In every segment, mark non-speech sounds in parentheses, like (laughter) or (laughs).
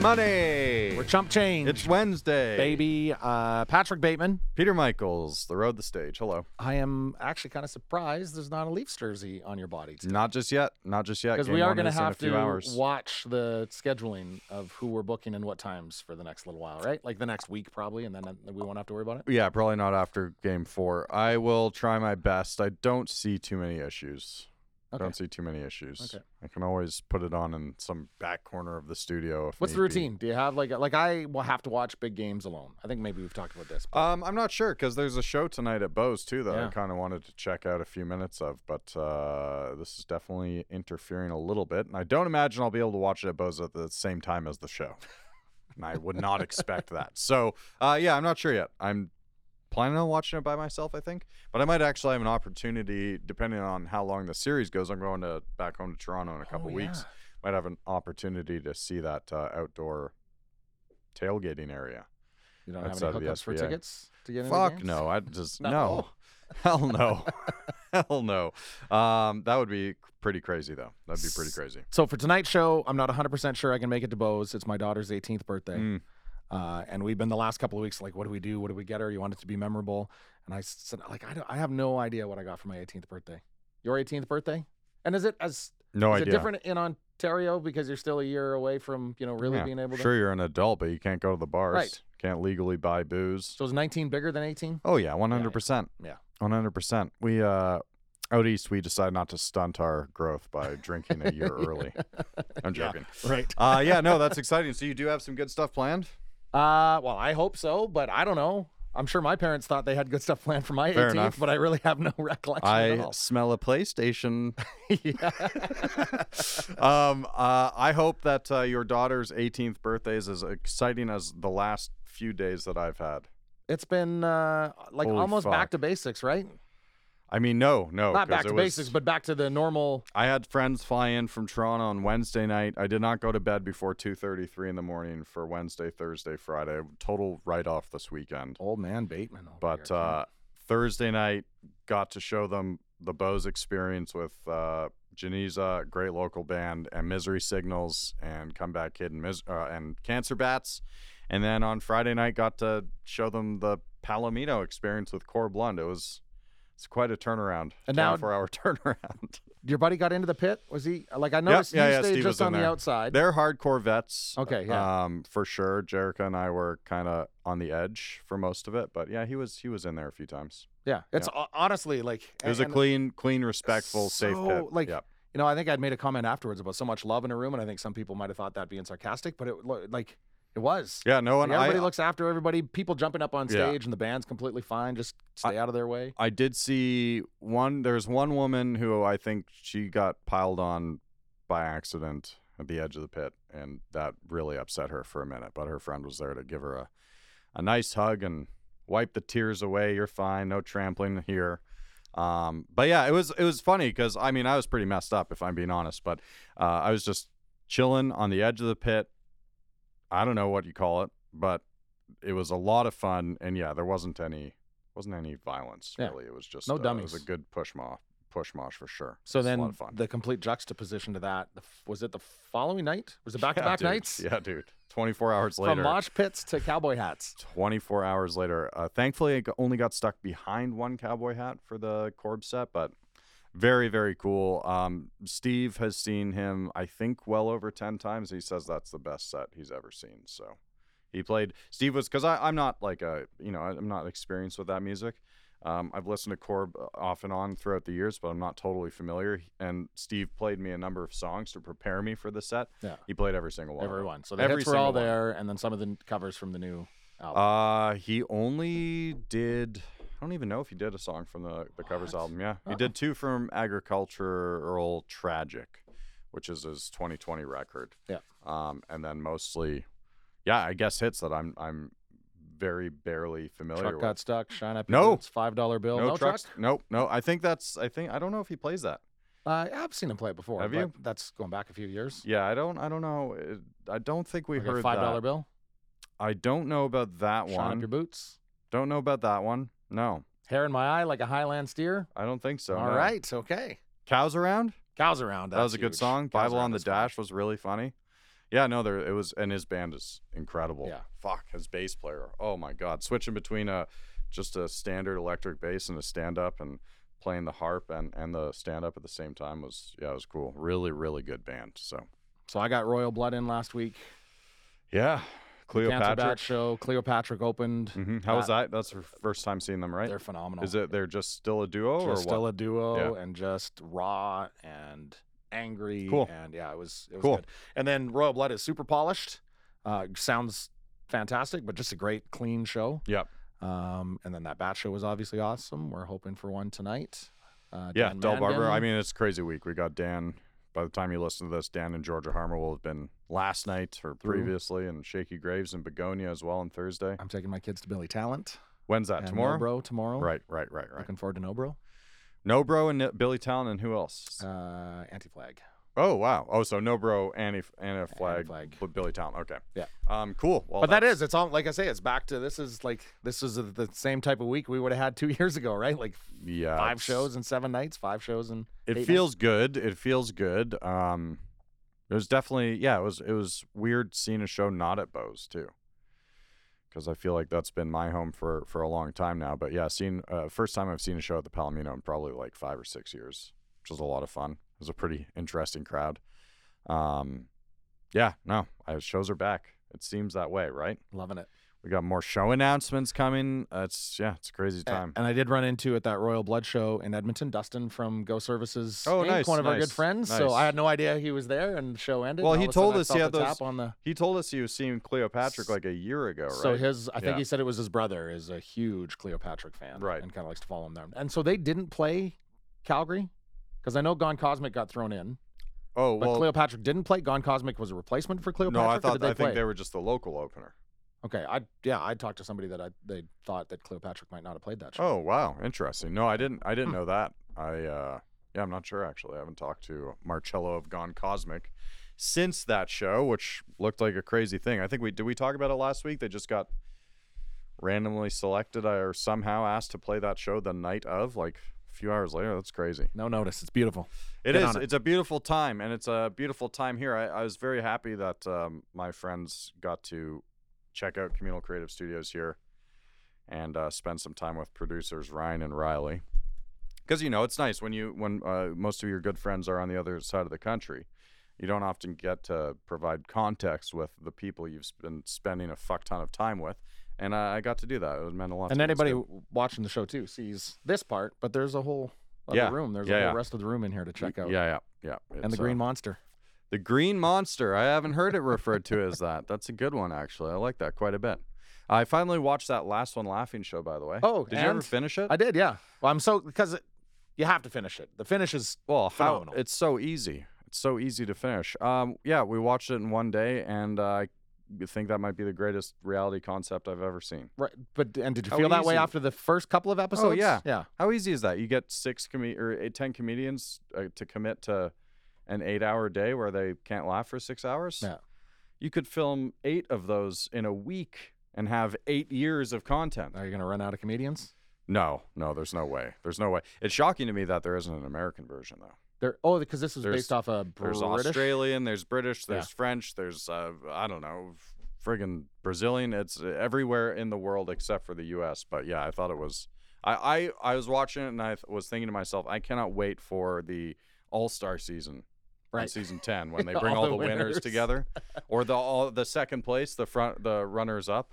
money. We're chump change. it's Wednesday. baby. Uh, Patrick Bateman. Peter Michaels, The Road, The Stage. Hello. I am actually kind of surprised there's not a Leafs jersey on your body today. Not just yet. Not just yet. Because Game we are one going to is in a have few to hours. watch the scheduling of who we're booking and what times for the next little while, right? Like the next week, probably, and then uh, we won't have to worry about it. yeah, probably not after game four. I will try my best. I don't see too many issues. I Okay. don't see too many issues. Okay. I can always put it on in some back corner of the studio. If What's need the be. routine? Do you have like a- like I will have to watch big games alone. I think maybe we've talked about this. Um, I'm not sure because there's a show tonight at Bose too that I Yeah. kind of wanted to check out a few minutes of, but uh, this is definitely interfering a little bit, and I don't imagine I'll be able to watch it at Bose at the same time as the show. (laughs) and I would not expect that. So uh, yeah, I'm not sure yet. I'm planning on watching it by myself, I think, but I might actually have an opportunity depending on how long the series goes. I'm going to back home to Toronto in a couple Oh, weeks. yeah. Might have an opportunity to see that uh, outdoor tailgating area. You don't Outside have of any the hookups for SBA. tickets to get into Fuck games? no. I just No. no. (laughs) Hell no. Hell no. Um, that would be pretty crazy though. That'd be pretty S- crazy. So for tonight's show, I'm not 100% sure I can make it to Bose. It's my daughter's 18th birthday. Mm. Uh, and we've been the last couple of weeks like, what do we do? What do we get her? You want it to be memorable? And I said, like, I, don't, I have no idea what I got for my 18th birthday. Your 18th birthday? And is it as No is idea. it different in Ontario because you're still a year away from you know really Yeah. being able to? Sure, you're an adult, but you can't go to the bars. Right. Can't legally buy booze. So is 19 bigger than 18? Oh yeah, one hundred percent. Yeah. one hundred percent. We uh, out east, we decide not to stunt our growth by drinking a (laughs) year early. I'm Yeah. (laughs) joking. Right. Uh, yeah, no, that's exciting. So you do have some good stuff planned. Uh, well, I hope so, but I don't know. I'm sure my parents thought they had good stuff planned for my Fair 18th, enough. but I really have no (laughs) recollection at I all. smell a PlayStation (laughs) yeah. (laughs) um, uh, I hope that uh, your daughter's 18th birthday is as exciting as the last few days that I've had. It's been uh, like Holy almost back fuck. to basics, right? I mean, no, no, 'cause Not back it to was- basics, but back to the normal. I had friends fly in from Toronto on Wednesday night. I did not go to bed before 2:33 in the morning for Wednesday, Thursday, Friday. Total write-off this weekend. Old man Bateman. over But here, uh, Thursday night, got to show them the Bose experience with uh, Geniza, great local band, and Misery Signals, and Comeback Kid, and, Mis- uh, and Cancer Bats. And then on Friday night, got to show them the Palomino experience with Core Blonde. It was it's quite a turnaround, And now- four (laughs) hour (laughs) turnaround. your buddy got into the pit. Was he like I noticed yeah, you yeah, stayed Steve was just in on the there. outside. They're hardcore vets, Okay, yeah. um, for sure. Jerica and I were kind of on the edge for most of it, but yeah, he was he was in there a few times. yeah, it's ho- honestly like It was a and- clean, clean, respectful, safe so, pit. like, Yep. You know, I think I'd made a comment afterwards about so much love in a room, and I think some people might have thought that being sarcastic, but it lo- like it was. Yeah, no one. Like, everybody I, uh, looks after everybody. People jumping up on stage Yeah. and the band's completely fine. Just stay out of their way. I did see one. There's one woman who I think she got piled on by accident at the edge of the pit, and that really upset her for a minute. But her friend was there to give her a, a nice hug and wipe the tears away. You're fine. No trampling here. Um, but yeah, it was it was funny because I mean I was pretty messed up if I'm being honest, but uh, I was just chilling on the edge of the pit. I don't know what you call it, but it was a lot of fun, and yeah, there wasn't any wasn't any violence Yeah. really. It was just No uh, It was dummies. a good push mosh, push mosh for sure. It So was a lot then of fun. the complete juxtaposition to that the f- was it the following night? Was it back to Yeah, back dude. nights? Yeah, dude. Twenty four hours From later. mosh pits to cowboy hats. 24 hours later. Uh, thankfully, I g- only got stuck behind one cowboy hat for the Corb set, but very, very cool. Um, Steve has seen him, I think, well over 10 times. He says that's the best set he's ever seen. So he played. Steve was, because I'm not like a, you know, I'm not experienced with that music. Um, I've listened to Corb uh, off and on throughout the years, but I'm not totally familiar. And Steve played me a number of songs to prepare me for the set. Yeah. He played every single one. of them. Everyone. So the Every hits were all single one. there, and then some of the n- covers from the new album. Uh, he only did. I don't even know if he did a song from the, the covers What? album. Yeah, he Uh-uh. did two from Agricultural Tragic, which is his 2020 record. Yeah. Um, and then mostly, yeah, I guess hits that I'm I'm very barely familiar truck with. got stuck. Shine up. No. It's five dollar bill. No, truck. trucks. Nope. No, I think that's. I think I don't know if he plays that. Uh, I've seen him play it before. Have but you? That's going back a few years. Yeah, I don't. I don't know. It- I don't think we Like a heard five that. dollar bill. I don't know about that Shine up one. your boots. Don't know about that one. No, Hair in my eye like a Highland steer. I don't think so. All right. no. Okay. Cows around. Cows around. That was that's a good huge. song. Cows Bible Around on the is fun. Dash was really funny. Yeah, no, there it was, and his band is incredible. Yeah. fuck his bass player. Oh my god, switching between a just a standard electric bass and a stand up, and playing the harp and and the stand up at the same time was yeah, it was cool. Really, really good band. So So I got Royal Blood in last week. yeah, Canceled Cleopatra. that show. Cleopatra opened. hmm How was that? That's her first time seeing them, right? They're phenomenal. Is it they're just still a duo or just still what? a duo and just raw and angry Cool. and yeah it was it was Cool. good and then royal blood is super polished uh sounds fantastic but just a great clean show Yep. um and then that bat show was obviously awesome we're hoping for one tonight uh yeah, Dan Del Barber. I Mangan. mean, it's a crazy week. We got Dan. By the time you listen to this, Dan and Georgia Harmer will have been last night or Through. previously, and Shaky Graves and Begonia as well on Thursday. i'm taking my kids to billy talent When's that? and Uh, tomorrow? bro tomorrow Right, right, right, right. looking forward to no bro No Bro and N- Billy Talon and who else? uh anti-flag oh wow. Oh, so No Bro, Annie, Anna Flag, Flag. but Billy Talon. Okay. Yeah. Um. Cool. Well, but that that's- is it's all like i say it's back to this is like this is the same type of week we would have had two (laughs) years ago right like yeah five it's- shows in seven nights, five shows in. eight It nights. feels good. It feels good. Um. It was definitely yeah. It was it was weird seeing a show not at Bose too. Because I feel like that's been my home for for a long time now. But yeah, seeing uh, first time I've seen a show at the Palomino in probably like five or six years, which was a lot of fun. It was a pretty interesting crowd. Um, yeah, no, I, shows are back. It seems that way, right? loving it. We got more show announcements coming. Uh, it's yeah, it's a crazy A- time. And I did run into at that Royal Blood show in Edmonton, Dustin from Go Services, Oh, Inc., nice, one of our nice, good friends. So nice. I had no idea he was there, and the show ended. Well, and he all of told a sudden I us he felt had the those- tap on the. he told us he was seeing Cleopatra like a year ago, right? So his, I think Yeah. he said it was his brother is a huge Cleopatra fan, Right. And kind of likes to follow him there. And so they didn't play Calgary because I know Gone Cosmic got thrown in, oh but well, Cleopatra didn't play. Gone Cosmic was a replacement for Cleopatra. no, or I did thought they I play? think they were just the local opener. Okay, I yeah, I talked to somebody that I they thought that Cleopatra might not have played that show. Oh wow, interesting. No, I didn't. I didn't know that. I uh, yeah, I'm not sure actually. I haven't talked to Marcello of Gone Cosmic since that show, which looked like a crazy thing. I think we did we talk about it last week. They just got randomly selected uh, or somehow asked to play that show the night of, like a few hours later. That's crazy. No notice. It's beautiful. It Get is. on it. It's a beautiful time, and it's a beautiful time here. I, I was very happy that um, my friends got to check out Communal Creative Studios here and uh, spend some time with producers Ryan and Riley. Because you know, it's nice when you when uh, most of your good friends are on the other side of the country. You don't often get to provide context with the people you've been spending a fuck ton of time with, and uh, I got to do that. It meant a lot. and to me. It's anybody good. w- watching the show too sees this part, but there's a whole other Yeah, room. There's yeah, a whole yeah. rest of the room in here to check out. yeah, yeah, yeah. And the It's, uh, Green Monster. The Green Monster. I haven't heard it referred to as that. That's a good one, actually. I like that quite a bit. I finally watched that last one, Laughing Show, by the way. Oh, did you ever and finish it? I did, yeah. Well, I'm so because it, you have to finish it. The finish is well, how, phenomenal. it's so easy. It's so easy to finish. Um, yeah, we watched it in one day, and uh, I think that might be the greatest reality concept I've ever seen. right, but and did you How feel that way Oh, easy. Oh, after the first couple of episodes? yeah. yeah. How easy is that? You get six com- or eight, ten comedians uh, to commit to an eight-hour day where they can't laugh for six hours. Yeah. You could film eight of those in a week and have eight years of content. Are you gonna run out of comedians? No, no, there's no way. There's no way. It's shocking to me that there isn't an American version though. There. Oh, because this was There's- based off a There's British. Australian, there's British, Yeah. there's French, there's uh, I don't know, friggin' Brazilian. It's uh, everywhere in the world except for the U.S. But yeah, I thought it was. I I, I was watching it and I th- was thinking to myself, I cannot wait for the All Star season. on Right. season (laughs) 10 when they All bring all, the the winners, winners. together or the all the second place the front the runners up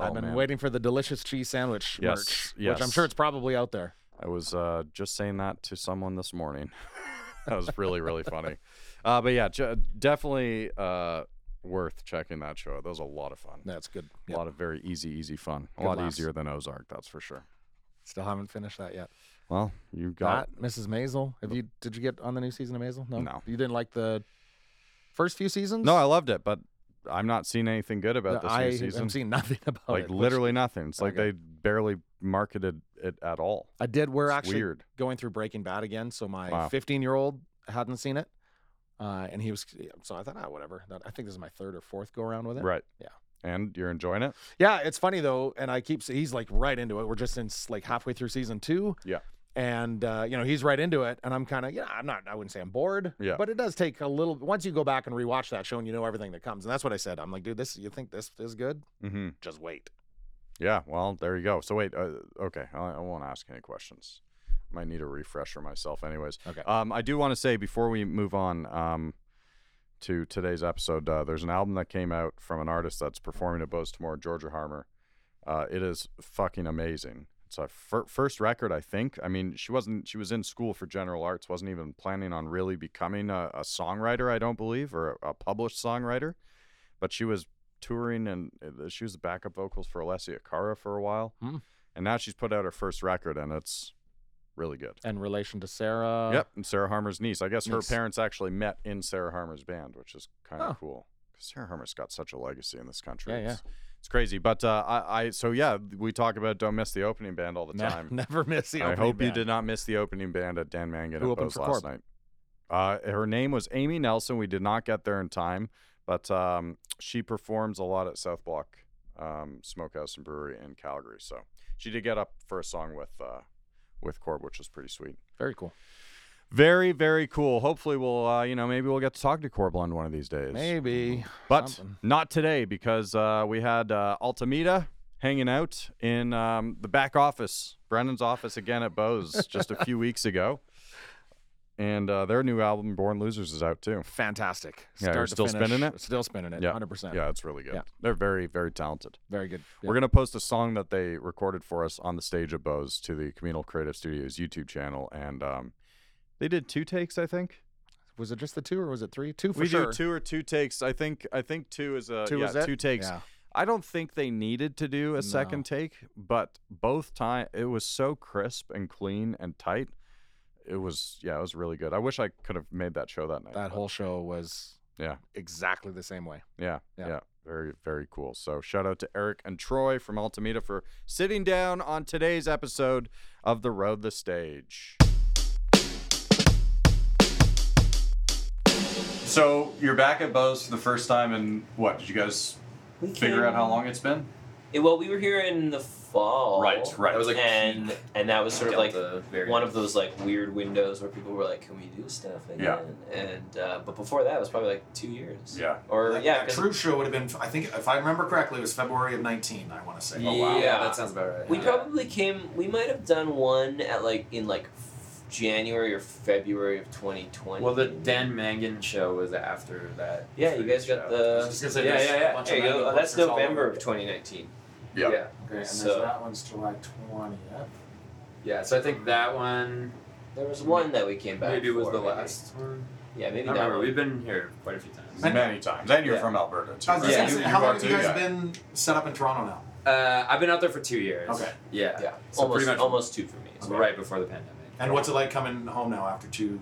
I've Oh, been man. waiting for the delicious cheese sandwich Yes, merch, which I'm yes. sure it's probably out there. I was uh, just saying that to someone this morning. (laughs) that was really, really funny. Uh, but yeah, j- definitely uh, worth checking that show. out. That was a lot of fun. That's good. A lot of very easy, easy fun. A Good lot laughs. easier than Ozark, that's for sure. Still haven't finished that yet. Well, you got That Mrs. Maisel. Have you? Did you get on the new season of Maisel? No. No. You didn't like the first few seasons. no. I loved it, but I'm not seeing anything good about this I new season. have seen nothing (laughs) about like it. Oh, which literally nothing. It's like they Okay. barely marketed it at all. I did. We're it's actually weird. going through Breaking Bad again. So my Wow. 15 year old hadn't seen it, uh, and he was. So I thought, ah, whatever. That- I think this is my third or fourth go around with it. Right. Yeah. And you're enjoying it. Yeah, it's funny though, and I keep he's like right into it. We're just in s- like halfway through season two. Yeah. and uh, you know he's right into it, and I'm kind of yeah, I'm not. I wouldn't say I'm bored. Yeah. But it does take a little. Once you go back and rewatch that show, and you know everything that comes, and that's what I said. I'm like, dude, this. You think this is good? Mm-hmm. Just wait. Yeah. Well, there you go. So wait. Uh, okay. I, I won't ask any questions. Might need a refresher myself, anyways. Okay. Um, I do want to say before we move on um, to today's episode, uh, there's an album that came out from an artist that's performing at Bo's tomorrow, Georgia Harmer. Uh, it is fucking amazing. It's her fir- first record, I think. I mean, she wasn't. She was in school for general arts. wasn't even planning on really becoming a, a songwriter. I don't believe, or a, a published songwriter. But she was touring, and uh, she was the backup vocals for Alessia Cara for a while. Hmm. And now she's put out her first record, and it's really good. In relation to Sarah. Yep, and Sarah Harmer's niece. I guess her Uh, niece. parents actually met in Sarah Harmer's band, which is kind of Oh. cool. Because Sarah Harmer's got such a legacy in this country. Yeah, yeah. It's, it's crazy. But uh, I, I, so yeah, we talk about don't miss the opening band (laughs) all the Ne- time. never miss the. I opening hope you band. did not miss the opening band at Dan Mangan Who at opened Bose for last Corp? night. Uh, her name was Amy Nelson. We did not get there in time, but um, she performs a lot at South Block um, Smokehouse and Brewery in Calgary. So she did get up for a song with uh, with Corb, which was pretty sweet. Very cool. Very, very cool. Hopefully, we'll, uh, you know, maybe we'll get to talk to Corblund one of these days. Maybe. But something. not today because uh, we had uh, Altamira hanging out in um, the back office, Brennan's office again at Bose just a few weeks ago. And uh, their new album, Born Losers, is out too. Fantastic. Yeah, you're to still finish, spinning it? Still spinning it. Yeah. 100%. Yeah, it's really good. Yeah. They're very, very talented. Very good. We're going to post a song that they recorded for us on the stage at Bose to the Communal Creative Studios YouTube channel. And um, they did two takes, I think. was it just the two or was it three? Two for we sure. do two or two takes. I think I think two is a Two yeah, is it? two takes. Yeah. I don't think they needed to do a No. second take, but both time it was so crisp and clean and tight. It was yeah, it was really good. I wish I could have made that show that night. That but whole show was Yeah. exactly the same way. yeah, yeah. yeah. Very, very cool. So, shout out to Eric and Troy from Altamira for sitting down on today's episode of The Road the Stage. So, you're back at Bose for the first time in what? Did you guys We figure came- out how long it's been? Yeah, well, we were here in the fall. Right, right. That was like and peak and that was sort of like Delta variant. one of those like weird windows where people were like, "Can we do stuff again?" And uh, but before that, it was probably like two years. Yeah. Or Uh, That- yeah, that 'cause troop show would have been. I think if I remember correctly, it was February of nineteen. I want to say. Oh, wow. Yeah, Yeah. that sounds about right. we yeah. probably came. We might have done one at like in like f- January or February of 2020. Well, the Dan Mangan show was after that. yeah, you guys got show. I the. was just gonna say, yeah, there's yeah, a yeah. bunch There of you go. random Oh, that's posters all over. November of 2019. Yeah. yeah, Okay, and So- there's that one's July twentieth. yeah. So I think that one There was one that we came back. maybe was for, the last one. Yeah, I maybe don't that remember. one. We've been here quite a few times. Many times. And you're Yeah. from Alberta, too. I was just right? Yeah, gonna say, you- how you long are have you too, guys yeah. been set up in Toronto now? Uh, I've been out there for two years. Okay. Yeah. Yeah, So almost pretty much almost two for me. it's right before the pandemic. And what's it like coming home now after two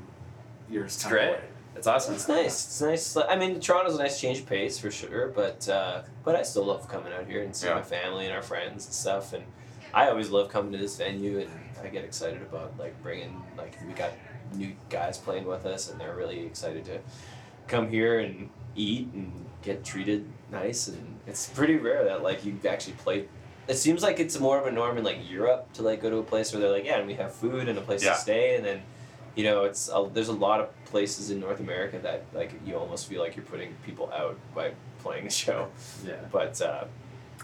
years? It's kind great. of away? It's awesome. It's nice. It's nice. I mean, Toronto's a nice change of pace for sure, but uh, but I still love coming out here and seeing Yeah. my family and our friends and stuff. And I always love coming to this venue, and I get excited about like bringing like we got new guys playing with us, and they're really excited to come here and eat and get treated nice. And it's pretty rare that like you actually play. It seems like it's more of a norm in like Europe to like go to a place where they're like, yeah, and we have food and a place Yeah. to stay, and then you know it's a, there's a lot of places in north america that like you almost feel like you're putting people out by playing the show Yeah. but uh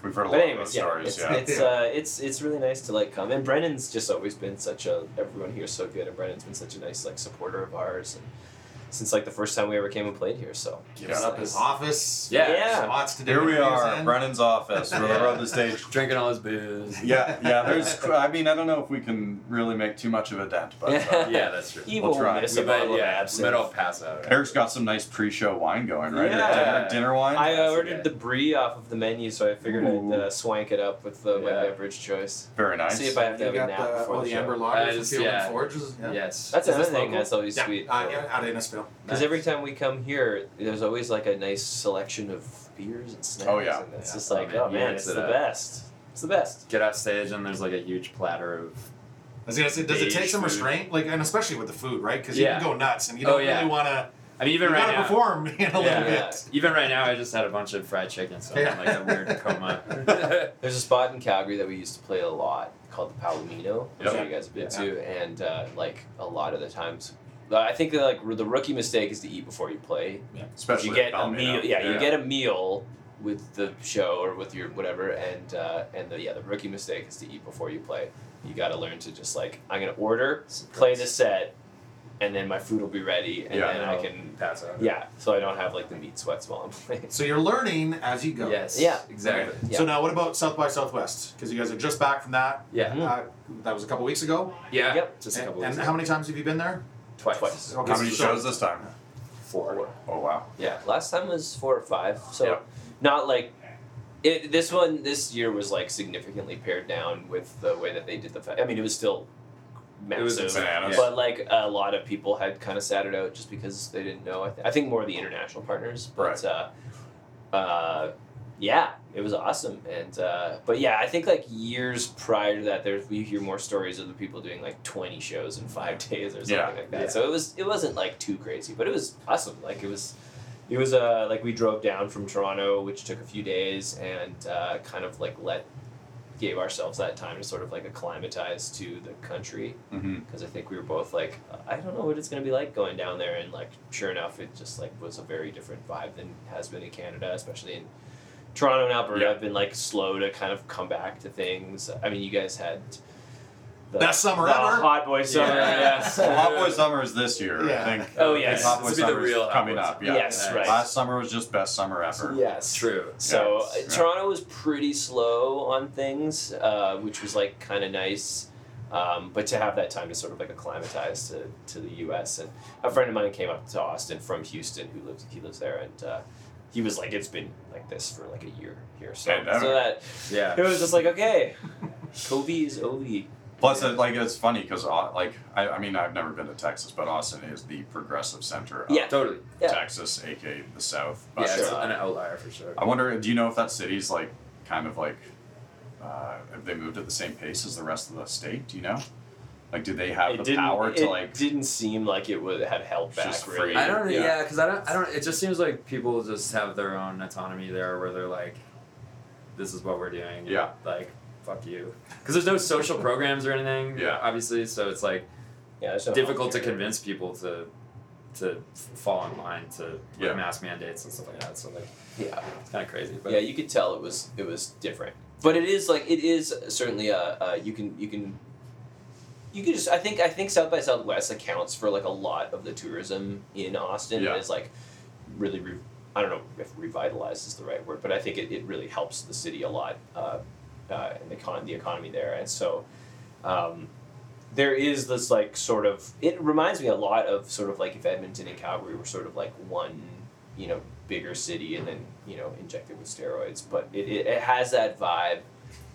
We've heard a but lot of anyways those yeah stories. it's yeah. it's uh it's it's really nice to like come and brennan's just always been such a everyone here is so good and brennan's been such a nice like supporter of ours and since like the first time we ever came and played here so Gives Yeah. up his office. Yeah. Yeah. Lots to do. Here we are, in. Brennan's office. We're Yeah. on the (laughs) stage. Drinking all his booze. Yeah, yeah. There's. I mean, I don't know if we can really make too much of a dent, but uh, (laughs) yeah, that's (laughs) true. evil try. miss we a might, bottle of yeah, we absinthe. might all pass out. (laughs) Eric's got some nice pre-show wine going, right? Or Yeah. Dinner, dinner wine. I That's ordered okay. the brie off of the menu, so I figured Ooh. I'd uh, swank it up with uh, my Yeah. beverage choice. Very nice. See if I have to You have got a nap the, before Uh, all the, the show. amber loggers and That is- Field yeah. and Forges. Yeah. Yes. That's Is this another thing local? that's always Yeah, sweet. Uh, yeah, out in Innisfil. Because Nice. every time we come here, there's always like a nice selection of beers and snacks. Oh, yeah. and it's Yeah. just like, Oh, man, oh you man, mix it's it the up. best. It's the best. Get off stage and there's like a huge platter of I was gonna say, does it Beige take some food. restraint? Like, and especially with the food, right? Because Yeah. you can go nuts, and you Oh, don't yeah. really want to. I mean, even you right gotta now, perform (laughs) in a Yeah. little bit. even right now, I just had a bunch of fried chicken, so Yeah. I'm in, like a weird coma. (laughs) There's a spot in Calgary that we used to play a lot called the Palomino. I'm Yep. sure you guys have been Yeah. to, and uh, like a lot of the times, but I think that like the rookie mistake is to eat before you play. Especially you get at a Palomino. meal. Yeah, you Yeah. get a meal with the show or with your whatever, and uh, and the yeah the rookie mistake is to eat before you play. You got to learn to just like I'm gonna order, play the set, and then my food will be ready, and Yeah, then I can pass out. yeah, so I don't have like the meat sweats while I'm playing. So you're learning as you go. Yes. Yeah. Exactly. Yeah. So now, what about South by Southwest? Because you guys are just back from that. Yeah. Mm-hmm. Uh, that was a couple weeks ago. Yeah. Yep. Just Hmm. a and couple. and weeks how many times have you been there? Twice. Twice. Okay, How many so- shows this time? Four. Oh wow. Yeah, last time was four or five, so Yeah. not like it. This one this year was like significantly pared down with the way that they did the. Fe- I mean, it was still massive, was bananas. but like a lot of people had kind of sat it out just because they didn't know. I, th- I think more of the international partners, but uh, uh, yeah, it was awesome. And uh, but yeah, I think like years prior to that, there's we hear more stories of the people doing like twenty shows in five (laughs) days or something Yeah. like that. Yeah. So it was it wasn't like too crazy, but it was awesome. Like it was. It was uh, like we drove down from Toronto, which took a few days, and uh, kind of like let gave ourselves that time to sort of like acclimatize to the country Mm-hmm. (laughs) because I think we were both like, I don't know what it's gonna be like going down there, and like, sure enough, it just like was a very different vibe than has been in Canada, especially in Toronto and Alberta. Yeah. I've been like slow to kind of come back to things. I mean, you guys had the Best summer the ever. hot boy summer, Yeah. yes. Well, Hot Boy Summer is this year, Yeah. I think. Oh, I think yes. Hot Boy This will be the Summer is real Hot coming Boy up. Yeah. Yes, Yeah. right. Last summer was just best summer ever. yes, True. So Yeah, it's- uh, Toronto was pretty slow on things, uh, which was like kind of nice. Um, but to have that time to sort of like acclimatize to, to the U.S. and a friend of mine came up to Austin from Houston who lives he lives there and uh, he was like it's been like this for like a year here so Pandemic. so that Yeah. it was just (laughs) like okay, Kobe is OV. Plus, it, like it's funny because like I, I mean I've never been to Texas, but Austin is the progressive center of Yeah. Totally. Yeah. Texas, aka the South. But Yeah. It's Sure. an outlier for sure. I wonder, do you know if that city's like kind of like uh, have they moved at the same pace as the rest of the state? Do you know? Like, do they have it the didn't power it to like? didn't seem like it would have held back Just free. really. I don't. Yeah. Yeah, because I don't. I don't. It just seems like people just have their own autonomy there, where they're like, "This is what we're doing." and, Yeah. Like, fuck you. Because there's no social programs or anything. Yeah. Obviously, so it's like Yeah, there's no difficult to healthcare. convince people to to f- fall in line to like, Yeah. mask mandates and stuff like that. So like, Yeah. it's kind of crazy. But yeah, you could tell it was it was different, but it is like it is certainly a, a you can you can you can just I think I think South by Southwest accounts for like a lot of the tourism in Austin Yeah. is like really re- I don't know if revitalized is the right word, but I think it, it really helps the city a lot uh, uh, and the con the economy there, and so. Um, there is this like sort of it reminds me a lot of sort of like if Edmonton and Calgary were sort of like one you know bigger city and then you know injected with steroids but it, it, it has that vibe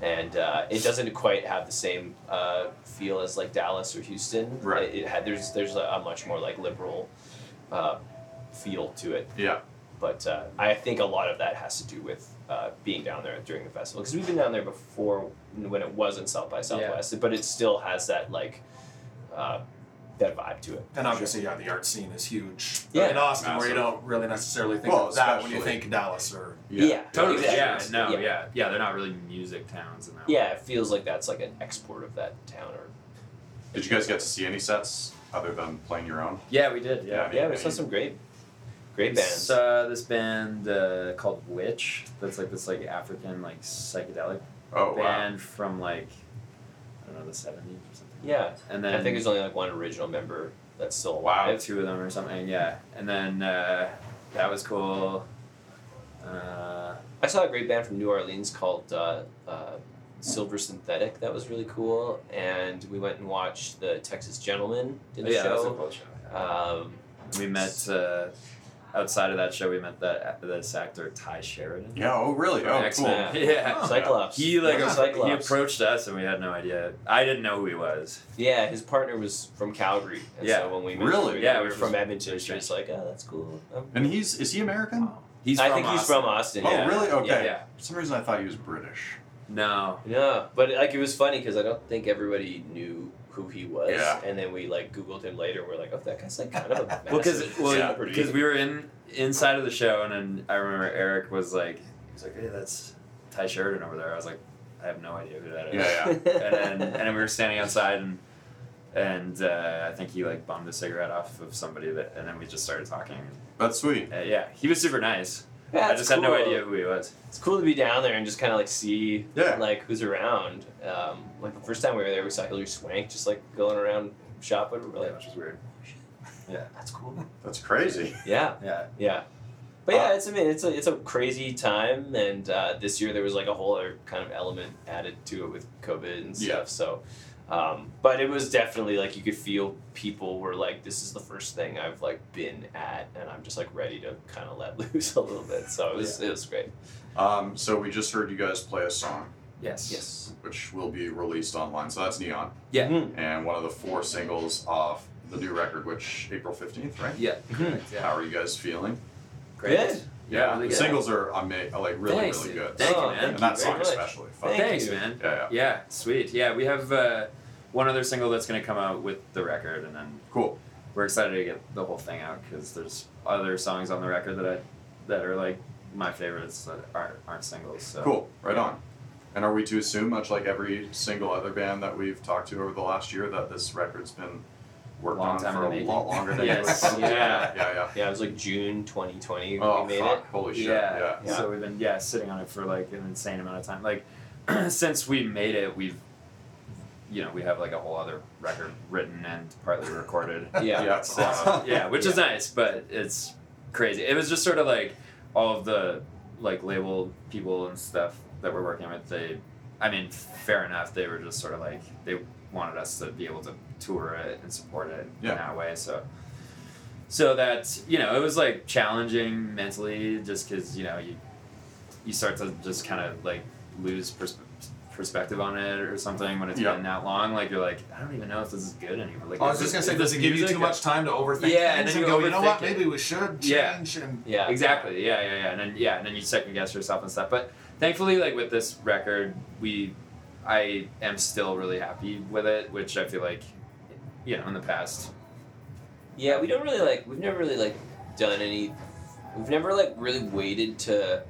and uh, it doesn't quite have the same uh, feel as like Dallas or Houston Right. it, it had there's there's a, a much more like liberal uh, feel to it Yeah, but uh, I think a lot of that has to do with uh, being down there during the festival because we've been down there before when it wasn't South by Southwest, but it still has that like uh, that vibe to it. And obviously, yeah, the art scene is huge. Yeah. in Austin, where you Massive. don't really necessarily think Well, of that when you especially- think Dallas or yeah, Totally. exactly. Yeah. No. yeah. Yeah. yeah. They're not really music towns and that. Yeah, it feels like that's like an export of that town or Did you guys get to see any sets other than playing your own? Yeah, we did. Yeah. I mean, yeah. We saw any- some great, great We bands. saw this band uh, called Witch. That's like this like African like psychedelic Oh wow. band from like I don't know the seventies or something. yeah, And then I think there's only like one original member that's still Wow. I alive. have two of them or something. Yeah. And then uh, that was cool. Uh, I saw a great band from New Orleans called uh, uh, Silver Synthetic. That was really cool. And we went and watched the Texas Gentleman did a yeah, that was a show. cool show. yeah. Um, we met uh, outside of that show. We met that this actor Ty Sheridan. Yeah. Oh really? from Oh cool. X-Men. cool. (laughs) Yeah. Huh. Cyclops. Oh, He like Yeah, he Cyclops. approached us and we had no idea. I didn't know who he was. Yeah, his partner was from Calgary. And Yeah. so when we met Really? we Yeah, were which from was Edmonton. really She was like, oh, that's cool. Um, And he's is he American? He's I from think he's Austin. from Austin. Oh yeah. really? Okay. Yeah. Yeah. For some reason I thought he was British. No. No, but like it was funny because I don't think everybody knew who he was. Yeah. And then we like Googled him later. and We're like, oh, that guy's like kind of a massive Well, because (laughs) Yeah. celebrity. we were in inside of the show and then I remember Eric was like he was like hey that's Ty Sheridan over there. I was like I have no idea who that is. Yeah, and then and we were standing outside and and uh, I think he like bummed a cigarette off of somebody that and then we just started talking. That's sweet. Uh, yeah, he was super nice. Yeah, I it's just had no cool. idea who he was. It's cool to be down there and just kind of like see Yeah. like who's around. Um, like the first time we were there, we saw Hillary Swank just like going around shopping. We were Really, like, which was weird. that's cool. That's crazy. Yeah, Yeah, yeah. But yeah, Uh, it's I mean it's a it's a crazy time, and uh, this year there was like a whole other kind of element added to it with COVID and stuff. Yeah. So, um, but it was definitely like you could feel people were like, "This is the first thing I've like been at," and I'm just like ready to kind of let (laughs) loose a little bit. So it was it was great. Um, so we just heard you guys play a song, Yes. Yes. which will be released online. So that's Neon, Yeah. Mhm. and one of the four singles off the new record, which April fifteenth, right? Yeah. (laughs) Mhm. Yeah. How are you guys feeling? Great. Good. Yeah, really the good. singles are ama- are, like really Thanks, really dude. good. Thank you, Oh, man. and that you song very much. especially. Fuck. Thank Thanks, you. man. Yeah, yeah, Yeah, sweet. Yeah, we have uh, one other single that's going to come out with the record, and then cool. we're excited to get the whole thing out because there's other songs on the record that I that are like my favorites that aren't aren't singles. So Cool, right on. And are we to assume, much like every single other band that we've talked to over the last year, that this record's been worked Long on time for in a the making. lot longer than Yes, (laughs) you would have (laughs) yeah. thought? yeah, yeah. Yeah, it was like June 2020 Oh we made fuck! it. Holy shit! yeah, Yeah. yeah. So we've been yeah sitting on it for like an insane amount of time. Like (clears throat) since we made it, we've you know we have like a whole other record written and partly (laughs) recorded. (laughs) Yeah. Yeah. uh, So, (laughs) yeah, which is nice, but it's crazy. It was just sort of like all of the like label people and stuff that we're working with. They, I mean, fair enough. They were just sort of like they wanted us to be able to tour it and support it Yeah. in that way. So, so that you know, it was like challenging mentally, just because you know you you start to just kind of like lose pers- perspective on it or something when it's Yeah. been that long. Like you're like, I don't even know if this is good anymore. Like, I was is just gonna this- say, is does it give you music too much time to overthink Yeah, and things then you go, you know what, overthink it. maybe we should Yeah. change and Yeah. Exactly. Yeah, yeah, yeah. And then yeah, and then you second guess yourself and stuff. But thankfully, like with this record, we, I am still really happy with it, which I feel like, you know, in the past. Yeah, we don't really like. We've never really like done any. We've never like really waited to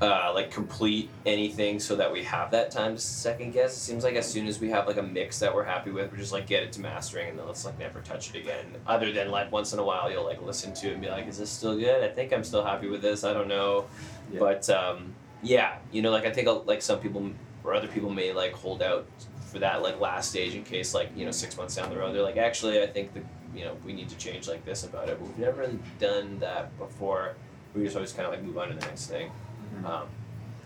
uh, like complete anything so that we have that time to second guess. It seems like as soon as we have like a mix that we're happy with, we just like get it to mastering and then let's like never touch it again. Other than like once in a while you'll like listen to it and be like, is this still good? I think I'm still happy with this. I don't know, Yeah. but um, yeah, you know, like I think uh, like some people or other people may like hold out for that like last stage in case like you know six months down the road they're like actually I think the you know we need to change like this about it. But we've never really done that before. We just always kind of like move on to the next thing. Um,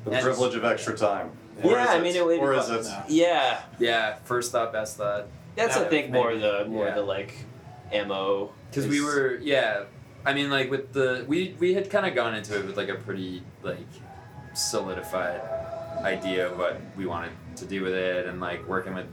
the And- privilege of extra time. Yeah, Or is I mean, it would- or is it? yeah, Yeah. First thought, best thought. that's I Not think more the more Yeah. the like mo Because we is- were yeah, I mean like with the we we had kind of gone into it with like a pretty like solidified idea of what we wanted to do with it and like working with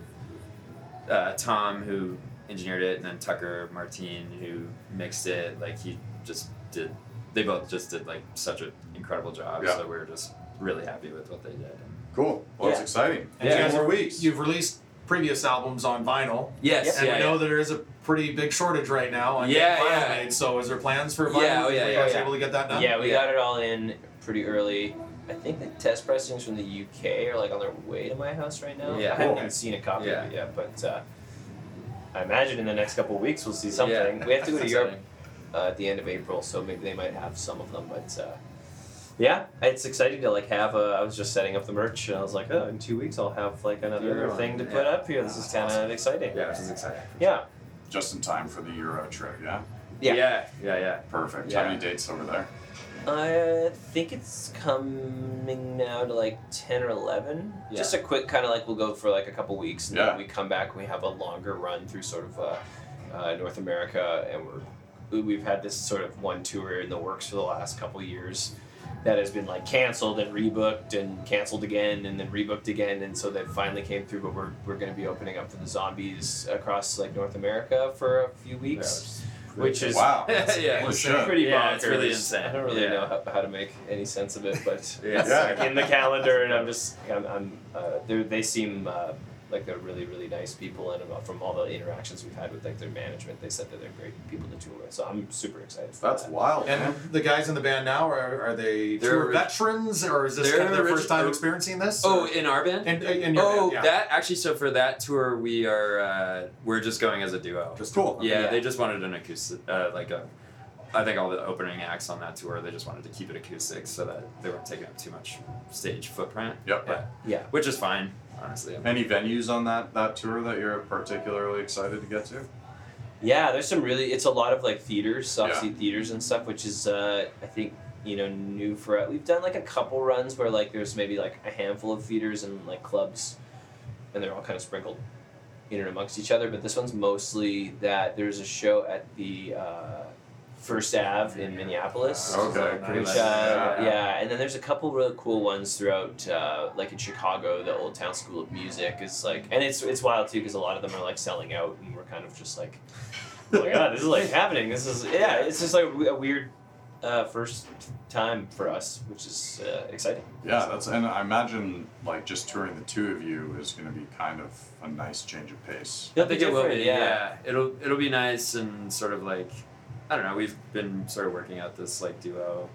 uh, Tom who engineered it and then Tucker Martine who mixed it like he just did they both just did like such an incredible job Yeah. so we were just really happy with what they did Cool. Well, it's Yeah. exciting. And Yeah. you guys Two more weeks. You've released previous albums on vinyl, yes and yeah we know there is a pretty big shortage right now on Yeah, getting vinyl yeah. made. So, is there plans for vinyl? Yeah, oh, yeah, Were you yeah, guys yeah. able to get that done? yeah we Yeah. got it all in pretty early. I think the test pressings from the UK are like on their way to my house right now. Yeah. I haven't Cool. even seen a copy Yeah. of it yet, but uh, I imagine in the next couple of weeks we'll see something. Yeah. We have to go to That's (laughs) Europe exciting. uh, at the end of April, so maybe they might have some of them. But uh, yeah, it's exciting to like have. A, I was just setting up the merch, and I was like, oh, in two weeks I'll have like other another one, thing to yeah. put up here. This is kind of exciting. yeah which is exciting Yeah. Just in time for the Euro trip. Yeah. Yeah. yeah yeah yeah Perfect. Yeah. How many dates over there? I think it's coming now to like 10 or 11. Yeah. Just a quick kind of like we'll go for like a couple weeks and Yeah. then we come back and we have a longer run through sort of uh, uh, North America and we're we- we've had this sort of one tour in the works for the last couple years that has been like canceled and rebooked and canceled again and then rebooked again and so that finally came through but we're, we're going to be opening up for the zombies across like north america for a few Yeah, weeks which is (laughs) Wow. yeah Holy it's shit. pretty Yeah, bonkers. it's really insane. I don't really Yeah. know how, how to make any sense of it, but (laughs) yeah, Yeah. like in the calendar, and I'm just, I'm, I'm uh, they're- they seem uh, like they're really really nice people, and about- from all the interactions we've had with like their management, they said that they're great people to tour with. So I'm super excited. For That's that. wild, And man. the guys in the band now are, are they They're tour orig- veterans or is this They're kind of their first origi- time they're- experiencing this? Oh, or- in our band. in, in your oh, band, yeah. that actually. So for that tour, we are uh, we're just going as a duo. Just Cool. Yeah, Yeah. they just wanted an acoustic, uh, like a. I think all the opening acts on that tour, they just wanted to keep it acoustic so that they weren't taking up too much stage footprint. Yep. Yeah. Yeah. Which is fine, honestly. Any venues on that that tour that you're particularly excited to get to? Yeah, there's some really. It's a lot of like theaters, soft Yeah. seat theaters and stuff, which is uh, I think you know new for us. We've done like a couple runs where like there's maybe like a handful of theaters and like clubs, and they're all kind of sprinkled in and amongst each other. But this one's mostly that there's a show at the uh, First Ave in Minneapolis. Oh, Okay, Which, pretty uh, much. yeah. Yeah. and then there's a couple really cool ones throughout, uh, like in Chicago, the Old Town School of Music is like, and it's it's wild too because a lot of them are like selling out, and we're kind of just like, oh my god, this is like happening. This is yeah, it's just like a weird uh, first time for us, which is uh, exciting. Yeah, that's and I imagine like just touring the two of you is going to be kind of a nice change of pace. I think it will Different, be. yeah. it'll it'll be nice and sort of like I don't know. We've been sort of working out this like duo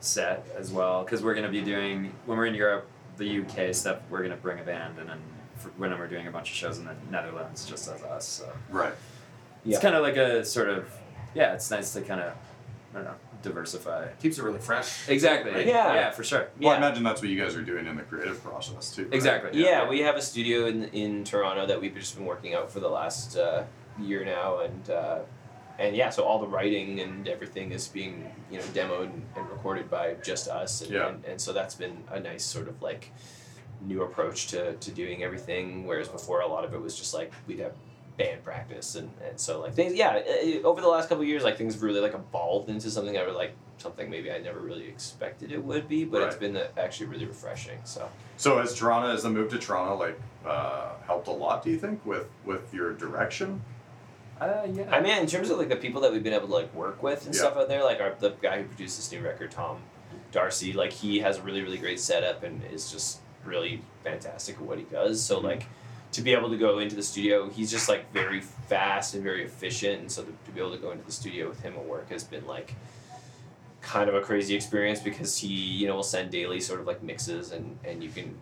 set as well because we're gonna be doing when we're in Europe, the UK stuff. We're gonna bring a band and then for, when we're doing a bunch of shows in the Netherlands, just as us. So Right. Yeah. it's kind of like a sort of yeah. It's nice to kind of I don't know diversify. keeps it really fresh. Exactly. Right? Yeah. Yeah, for sure. Well, I Yeah. imagine that's what you guys are doing in the creative process too. right? Exactly. yeah, we have a studio in in Toronto that we've just been working out for the last uh, year now, and uh, and yeah, so all the writing and everything is being you know demoed and recorded by just us, and Yeah. and, and so that's been a nice sort of like new approach to, to doing everything whereas before a lot of it was just like we'd have band practice and, and so like things yeah eh, eh, over the last couple of years like things really like evolved into something that were like something maybe i never really expected it would be but it's Right. been uh, actually really refreshing so So has Toronto, has the move to Toronto like uh, helped a lot? Do you think with with your direction? Uh, yeah. I mean, in terms of like the people that we've been able to like work with and Yeah. stuff out there, like our, the guy who produced this new record, Tom Darcy, like he has a really really great setup and is just really fantastic at what he does. So Mm-hmm. like to be able to go into the studio, he's just like very fast and very efficient, and so to, to be able to go into the studio with him at work has been like kind of a crazy experience because he you know will send daily sort of like mixes and and you can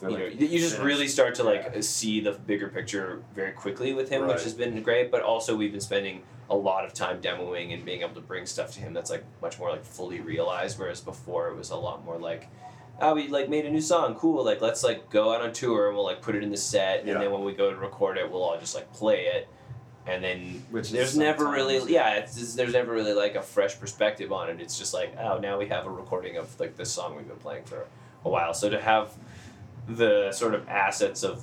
They're, you know, like, you you just finished. really start to like Yeah. see the bigger picture very quickly with him, Right. which has been great. But also, we've been spending a lot of time demoing and being able to bring stuff to him that's like much more like fully realized. Whereas before, it was a lot more like, oh, we like made a new song, cool. Like let's like go out on tour and we'll like put it in the set, Yeah. and then when we go to record it, we'll all just like play it. And then Which is there's never really, sometimes- yeah, it's, it's- there's never really like a fresh perspective on it. It's just like, oh, now we have a recording of like this song we've been playing for a while. So to have the sort of assets of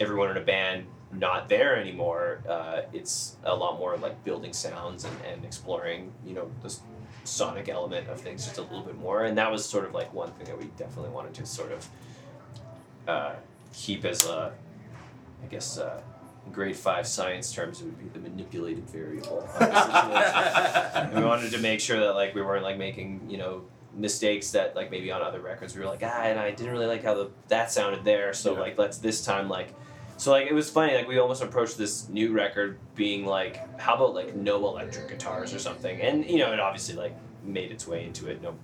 everyone in a band not there anymore, uh, it's a lot more like building sounds and, and exploring, you know, the s- sonic element of things just a little bit more. And that was sort of like one thing that we definitely wanted to sort of uh, keep as a, I guess, uh, in grade five science terms, it would be the manipulated variable. of the situation. And we wanted to make sure that like we weren't like making you know mistakes that like maybe on other records we were like ah and I didn't really like how the that sounded there so Yeah. like let's this time like so like it was funny like we almost approached this new record being like how about like no electric guitars or something and you know it obviously like made its way into it no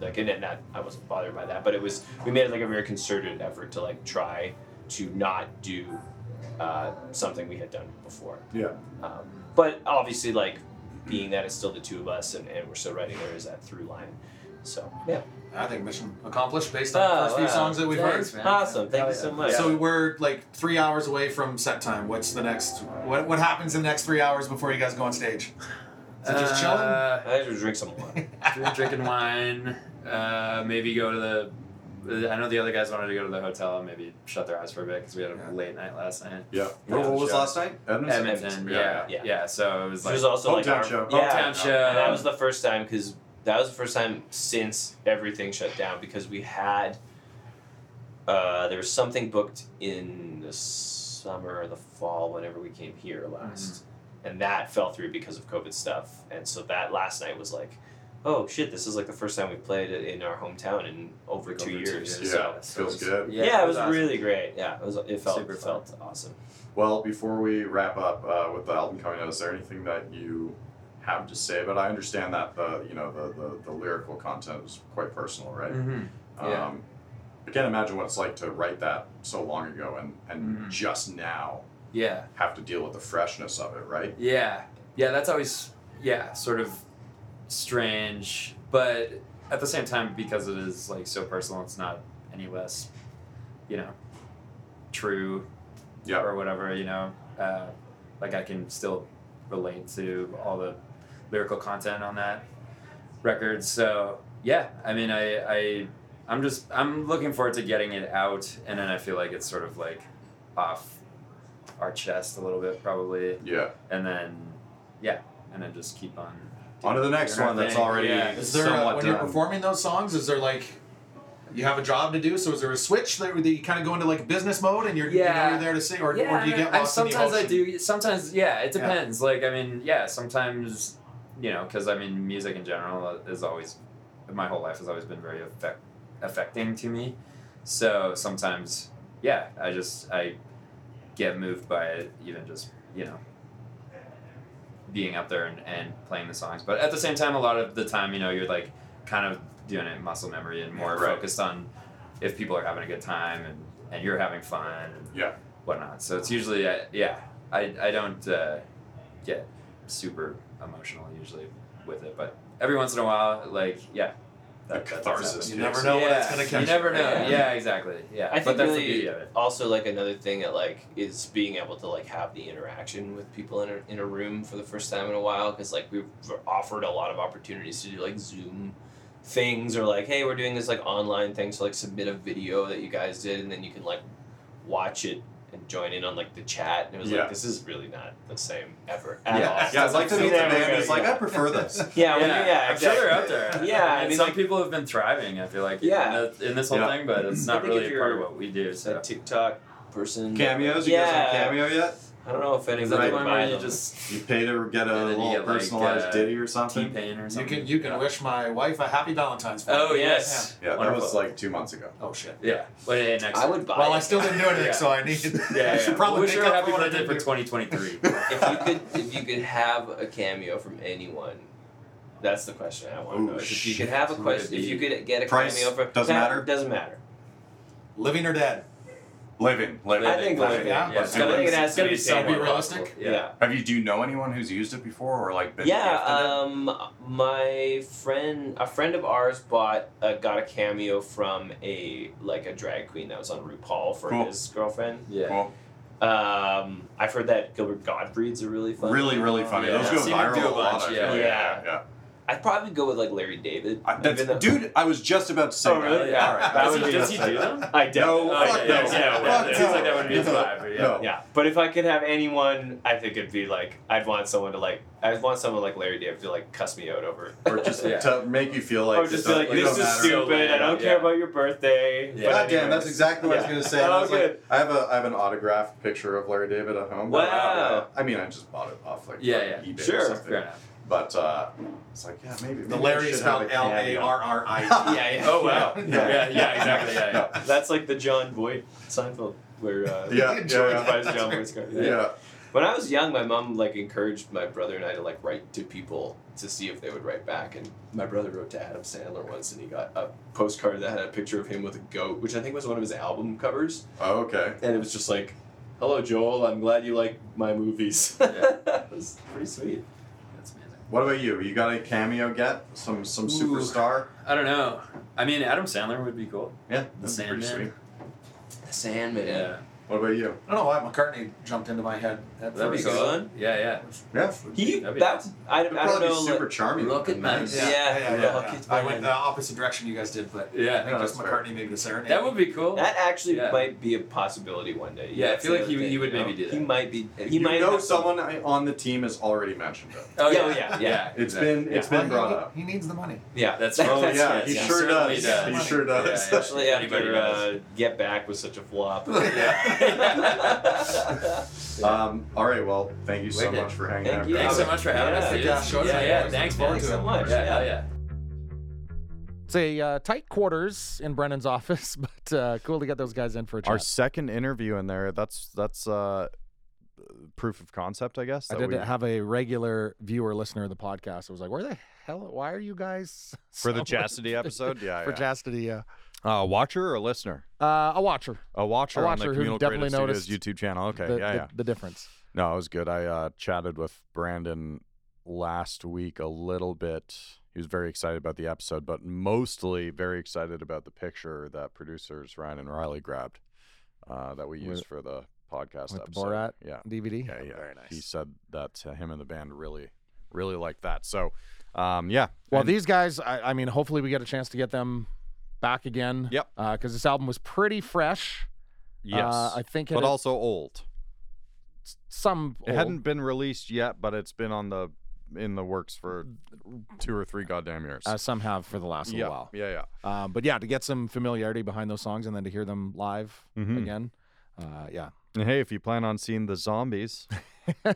like and, and that I wasn't bothered by that but it was we made it like a very concerted effort to like try to not do uh, something we had done before Yeah. um, but obviously, like being that it's still the two of us and, and we're still writing, there is that through line. So yeah, I think mission accomplished based on the Oh, first few wow. songs that we've Thanks, heard. man. awesome. Thank Hell you yeah. so much. So we're like three hours away from set time. What's the next? What what happens in the next three hours before you guys go on (laughs) stage? Is it just chilling? Uh, I should drink some wine. drink, drinking wine. Uh, maybe go to the. I know the other guys wanted to go to the hotel and maybe shut their eyes for a bit because we had a Yeah. late night last night. Yeah. Yeah, what was sure. last night? Edmonton. Edmonton, Yeah, yeah, yeah. So it was There's like also like Hometown our, show. Yeah, hometown show. and that was the first time because that was the first time since everything shut down because we had uh, there was something booked in the summer or the fall whenever we came Mm-hmm. here last, and that fell through because of COVID stuff. And so that last night was like oh shit, this is like the first time we played it in our hometown in over Like two over two years. years. So. Yeah, feels good. Yeah, it was awesome. really great. Yeah, it was. It felt Super fun. felt awesome. Well, before we wrap up uh, with the album coming out, is there anything that you have to say? But I understand that the you know the the, the lyrical content is quite personal, right? Mhm. Yeah. Um, I can't imagine what it's like to write that so long ago and and Mhm. just now Yeah. have to deal with the freshness of it, right? Yeah. Yeah, that's always yeah, sort of strange, but at the same time because it is like so personal, it's not any less, you know, true Yeah. or whatever, you know. Uh, like I can still relate to all the lyrical content on that record. So yeah, I mean I, I I'm just I'm looking forward to getting it out and then I feel like it's sort of like off our chest a little bit probably Yeah. and then yeah, and then just keep on. On to the next Your one that's thing, already yeah. Is uh, there a, somewhat when done. you're performing those songs? Is there like you have a job to do? So is there a switch that, that you kind of go into like business mode and you're you know Yeah. you're there to sing, or, or do you get I- lost in the sometimes I emotion? do. Sometimes, yeah, it Yeah. depends. Like, I mean, yeah, sometimes, you know, because I mean, music in general uh, is always, my whole life has always been very affect, affecting to me. So sometimes, yeah, I just I get moved by it, even just you know being up there and, and playing the songs. But at the same time, a lot of the time, you know, you're like kind of doing it muscle memory and more Yeah, right. focused on if people are having a good time and, and you're having fun and Yeah. whatnot. So it's usually, uh, yeah, I, I don't uh, get super emotional usually with it, but every once in a while, like, yeah. That, The that catharsis. does happen. You never know yeah, when it's gonna catch. You never know. Yeah. Yeah, exactly. Yeah. I think but that's really the beauty of it. also like another thing that like is being able to like have the interaction with people in a, in a room for the first time in a while because like we were offered a lot of opportunities to do like zoom things or like hey we're doing this like online thing so like submit a video that you guys did and then you can like watch it and join in on like the chat and it was Yeah. like this is really not the same ever at Yeah. all Yeah, I'd like to So meet the there we band. go, It's like "Ah, yeah. I prefer this. yeah, well, yeah, yeah, I'm sure exactly. they're out there. Yeah, I and mean, some like- people have been thriving. I feel like, Yeah. in, the, in this whole Yeah. thing, but it's I not think really if a part of you're- what we do. It's a So TikTok person. Cameos? You guys yeah. on cameo yet? I don't know if is anyone's that the right one where you just You pay to get a then you little get, like, personalized uh, ditty or T something? Pain or You something? can you can wish my wife a happy Valentine's. for Oh me. yes. Yeah, that Wonderful. was like two months ago. Yeah. Oh shit. yeah. Well, yeah, next I year. would buy. Well, it. I still didn't do anything, (laughs) Yeah. so I need. to Yeah, (laughs) yeah, I should yeah. probably Wish pick her a up happy what I birthday for didn't do. (laughs) 2023. if you could if you could have a cameo from anyone that's the question I want to know. Ooh, is If you could have a shit. Would it question, if be- you could get a Price cameo from doesn't Nah, matter? doesn't matter. Living or dead? Living, living. I think living. living. yeah. Let's It's do gotta, it. be- It has it's gotta to be be somewhat somewhat realistic. Yeah. Yeah. Have you do you know anyone who's used it before or like been gifted it? Yeah. Um, my friend, a friend of ours, bought uh, got a cameo from a like a drag queen that was on RuPaul for Cool. his girlfriend. Yeah. Cool. Um, I've heard that Gilbert Gottfried's a really fun. Really, really funny. Yeah. Those go Seen them viral do a a lot. bunch, I feel yeah. like. Oh, Yeah. yeah. yeah. I'd probably go with like Larry David. I, that's, even though- dude, I was just about to say. Oh, really? that. Yeah. All right. That I was would does he, be gonna does he say do that. them? I doubt. No, it. Oh, fuck yeah, no. yeah, yeah, fuck yeah. no. It seems like that would be a No, driver, yeah. no. Yeah, but if I could have anyone, I think it'd be like I'd want someone to like I'd want someone like Larry David to like cuss me out over. Or just Yeah. to make you feel like. or Oh, just be like, it it this don't is matter. stu- stupid. I don't Yeah. care about your birthday. Yeah. But God damn, anyways. that's exactly what I was Yeah. gonna say. and I Oh, was good. like, I have a I have an autographed picture of Larry David at home. Wow. I mean, I just bought it off like Yeah, fucking yeah. eBay Sure. or Fair something. enough. But uh, it's like, yeah, maybe. The maybe I Larry should is spelled have a L A cameo. R R (laughs) I E. T. Yeah, yeah. Oh, wow. Yeah. Yeah, yeah, exactly. Yeah, yeah. That's like the John Voight Seinfeld where uh, Yeah, George yeah, yeah. buys John Voight's car. Yeah. yeah. When I was young, my mom like encouraged my brother and I to like write to people to see if they would write back. And my brother wrote to Adam Sandler once, and he got a postcard that had a picture of him with a goat, which I think was one of his album covers. Oh, okay. and it was just like, "Hello, Joel. I'm glad you like my movies." (laughs) Yeah. that was pretty sweet. That's amazing. What about you? You got a cameo get? Some some Ooh. superstar? I don't know. I mean, Adam Sandler would be cool. Yeah. The That's pretty Sandman. sweet. The Sandman. Yeah. What about you? I don't know why McCartney jumped into my head. At That'd be first. cool. Frozen? Yeah, yeah. Yeah. He That'd be that I, I It'd don't probably know. be super like- charming. look at nice. mine. Yeah, Yeah, yeah, yeah. yeah. Look, it's I mine. went the opposite direction you guys did, but I Yeah. think it's that's fair. McCartney maybe the serenade. That would be cool. that actually Yeah. might be a possibility one day. Yeah, I That's feel the like other he- he thing, would you know? maybe do He that. might be. He you might know have some- someone I- on the team has already mentioned it. Oh, Yeah, yeah. oh, yeah, yeah. It's exactly. been it's Well, been he- brought up. He needs the money. Yeah, That's that- right. Oh that's- yeah, he yes, sure certainly does. does. He sure does. Yeah, Especially Anybody after does. uh, Get Back was such a flop. (laughs) Yeah. Um, all right, well, thank you so Wicked. much for hanging Thank out. you. guys. Thanks so much for having Yeah. us. dude. Yeah, sure. yeah, yeah. Looking Thanks, forward man. to it. Thanks so much. Yeah, hell yeah. It's a uh, tight quarters in Brennan's office, (laughs) but uh, cool to get those guys in for a chat. Our second interview in there. That's that's uh, proof of concept, I guess. I that did we- have a regular viewer listener of the podcast. It was like, where the hell? Why are you guys (laughs) for the somewhere?" chastity episode. Yeah, for yeah. chastity, yeah. uh, watcher or listener? Uh, a watcher. A watcher, A on watcher the who Communal definitely Creative Studios noticed YouTube channel. Okay, the, yeah, the, yeah. the difference. No, it was good. I uh, chatted with Brandon last week a little bit. He was very excited about the episode, but mostly very excited about the picture that producers Ryan and Riley grabbed uh, that we With- used for the podcast with the episode. Borat? Yeah. DVD. Yeah, yeah. Very nice. He said that uh, him and the band really, really liked that. So, um, yeah. Well, And- these guys, I, I mean, hopefully we get a chance to get them back again. Yep. Because this album was pretty fresh. yes, Uh, I think it but had also old. some. It hadn't been released yet, but it's been on the in the works for two or three goddamn years. Uh, some have for the last yeah, little while. yeah, yeah. Uh, but yeah, to get some familiarity behind those songs and then to hear them live Mhm. again. Uh, yeah. And hey, if you plan on seeing the (laughs) zombies,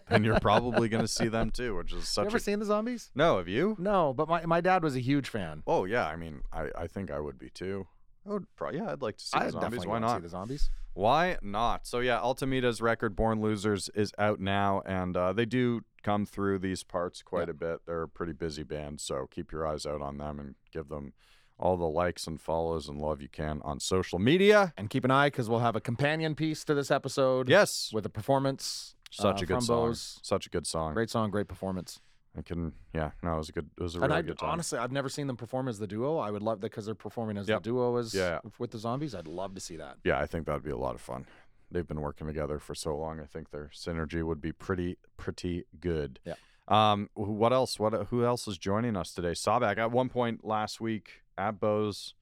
then you're probably going to see them too, which is You such ever a seen the zombies? no. Have you? No, but my, my dad was a huge fan. Oh yeah, I mean, I, I think I would be too. I would probably yeah, I'd like to see I the zombies. definitely Why wanna see not? the zombies. Why not? So yeah, Altamira's record "Born Losers" is out now, and uh, they do come through these parts quite a bit. They're a pretty busy band, so keep your eyes out on them and give them all the likes and follows and love you can on social media. And keep an eye because we'll have a companion piece to this episode. Yes, With a performance. such uh, a good from song. Bose. Such a good song. Great song, great performance. I can yeah, no, it was a good. It was a really and I good time. honestly, I've never seen them perform as the duo. I would love that because they're performing as Yep. the duo as Yeah. with the zombies. I'd love to see that. yeah, I think that'd be a lot of fun. They've been working together for so long. I think their synergy would be pretty, pretty good. Yeah. Um, wh- what else? What who else is joining us today? Sawback at one point last week at Bose.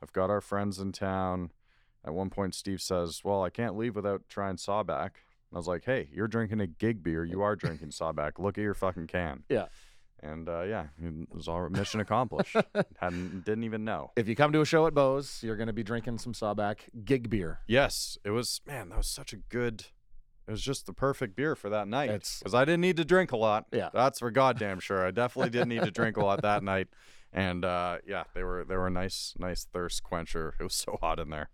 I've got our friends in town. At one point, Steve says, "Well, I can't leave without trying Sawback." And I was like, "Hey, you're drinking a gig beer. You are drinking Sawback. Look at your fucking can." Yeah. And uh, yeah, it was all mission (laughs) accomplished. Hadn't didn't even know. If you come to a show at Bose, you're going to be drinking some Sawback gig beer. Yes, it was. Man, that was such a good. It was just the perfect beer for that night. It's- because I didn't need to drink a lot. Yeah. that's for goddamn sure. I definitely didn't need to drink a lot that night. And uh, yeah, they were they were a nice nice thirst quencher. It was so hot in there.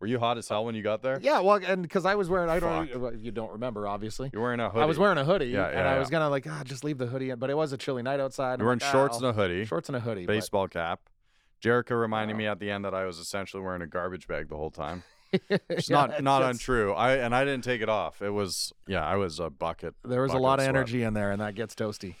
Were you hot as hell when you got there? Oh, Yeah, well, and because I was wearing, I don't, well, you don't remember, obviously. You're wearing a hoodie. I was wearing a hoodie, Yeah, and yeah, I yeah. was gonna like ah, just leave the hoodie, in, but it was a chilly night outside. "Oh, You were in shorts and a hoodie, shorts and a hoodie. uh, but- baseball cap. Jericho reminded me at the end that I was essentially wearing a garbage bag the whole time. It's (laughs) Yeah, not it's not just- untrue. I and I didn't take it off. It was yeah, I was a bucket There was a bucket lot of sweat. energy in there, and that gets toasty.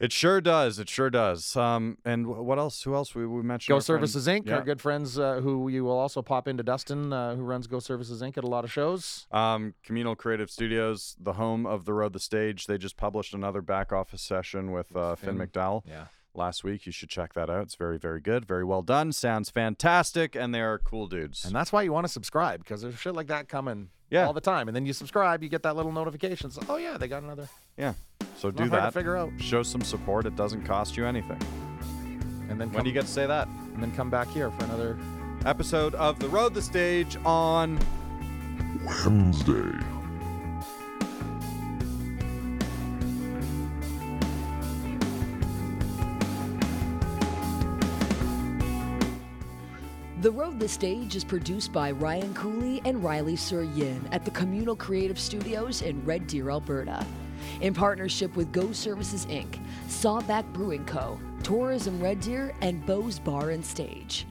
It sure does. It sure does. Um, and wh- what else? Who else? We, we mentioned Go our friend- Services Inc. Our Yeah. good friends uh, who you will also pop into Dustin, uh, who runs Go Services Inc. at a lot of shows. Um, Communal Creative Studios, the home of the Road the Stage. They just published another back office session with uh, Finn Finn. McDowell Yeah. last week. You should check that out. It's very, very good. Very well done. Sounds fantastic. And they are cool dudes. And that's why you want to subscribe because there's shit like that coming Yeah. all the time. And then you subscribe, you get that little notification. So, oh, yeah, they got another. yeah. So not do hard to that. figure out. Show some support. It doesn't cost you anything. And then, come, When do you get to say that? and then come back here for another. Episode of the Road the Stage on. Wednesday. The Road the Stage is produced by Ryan Cooley and Riley Sur Yin at the Communal Creative Studios in Red Deer, Alberta. In partnership with Go Services Inc., Sawback Brewing Co., Tourism Red Deer, and Bose Bar and Stage.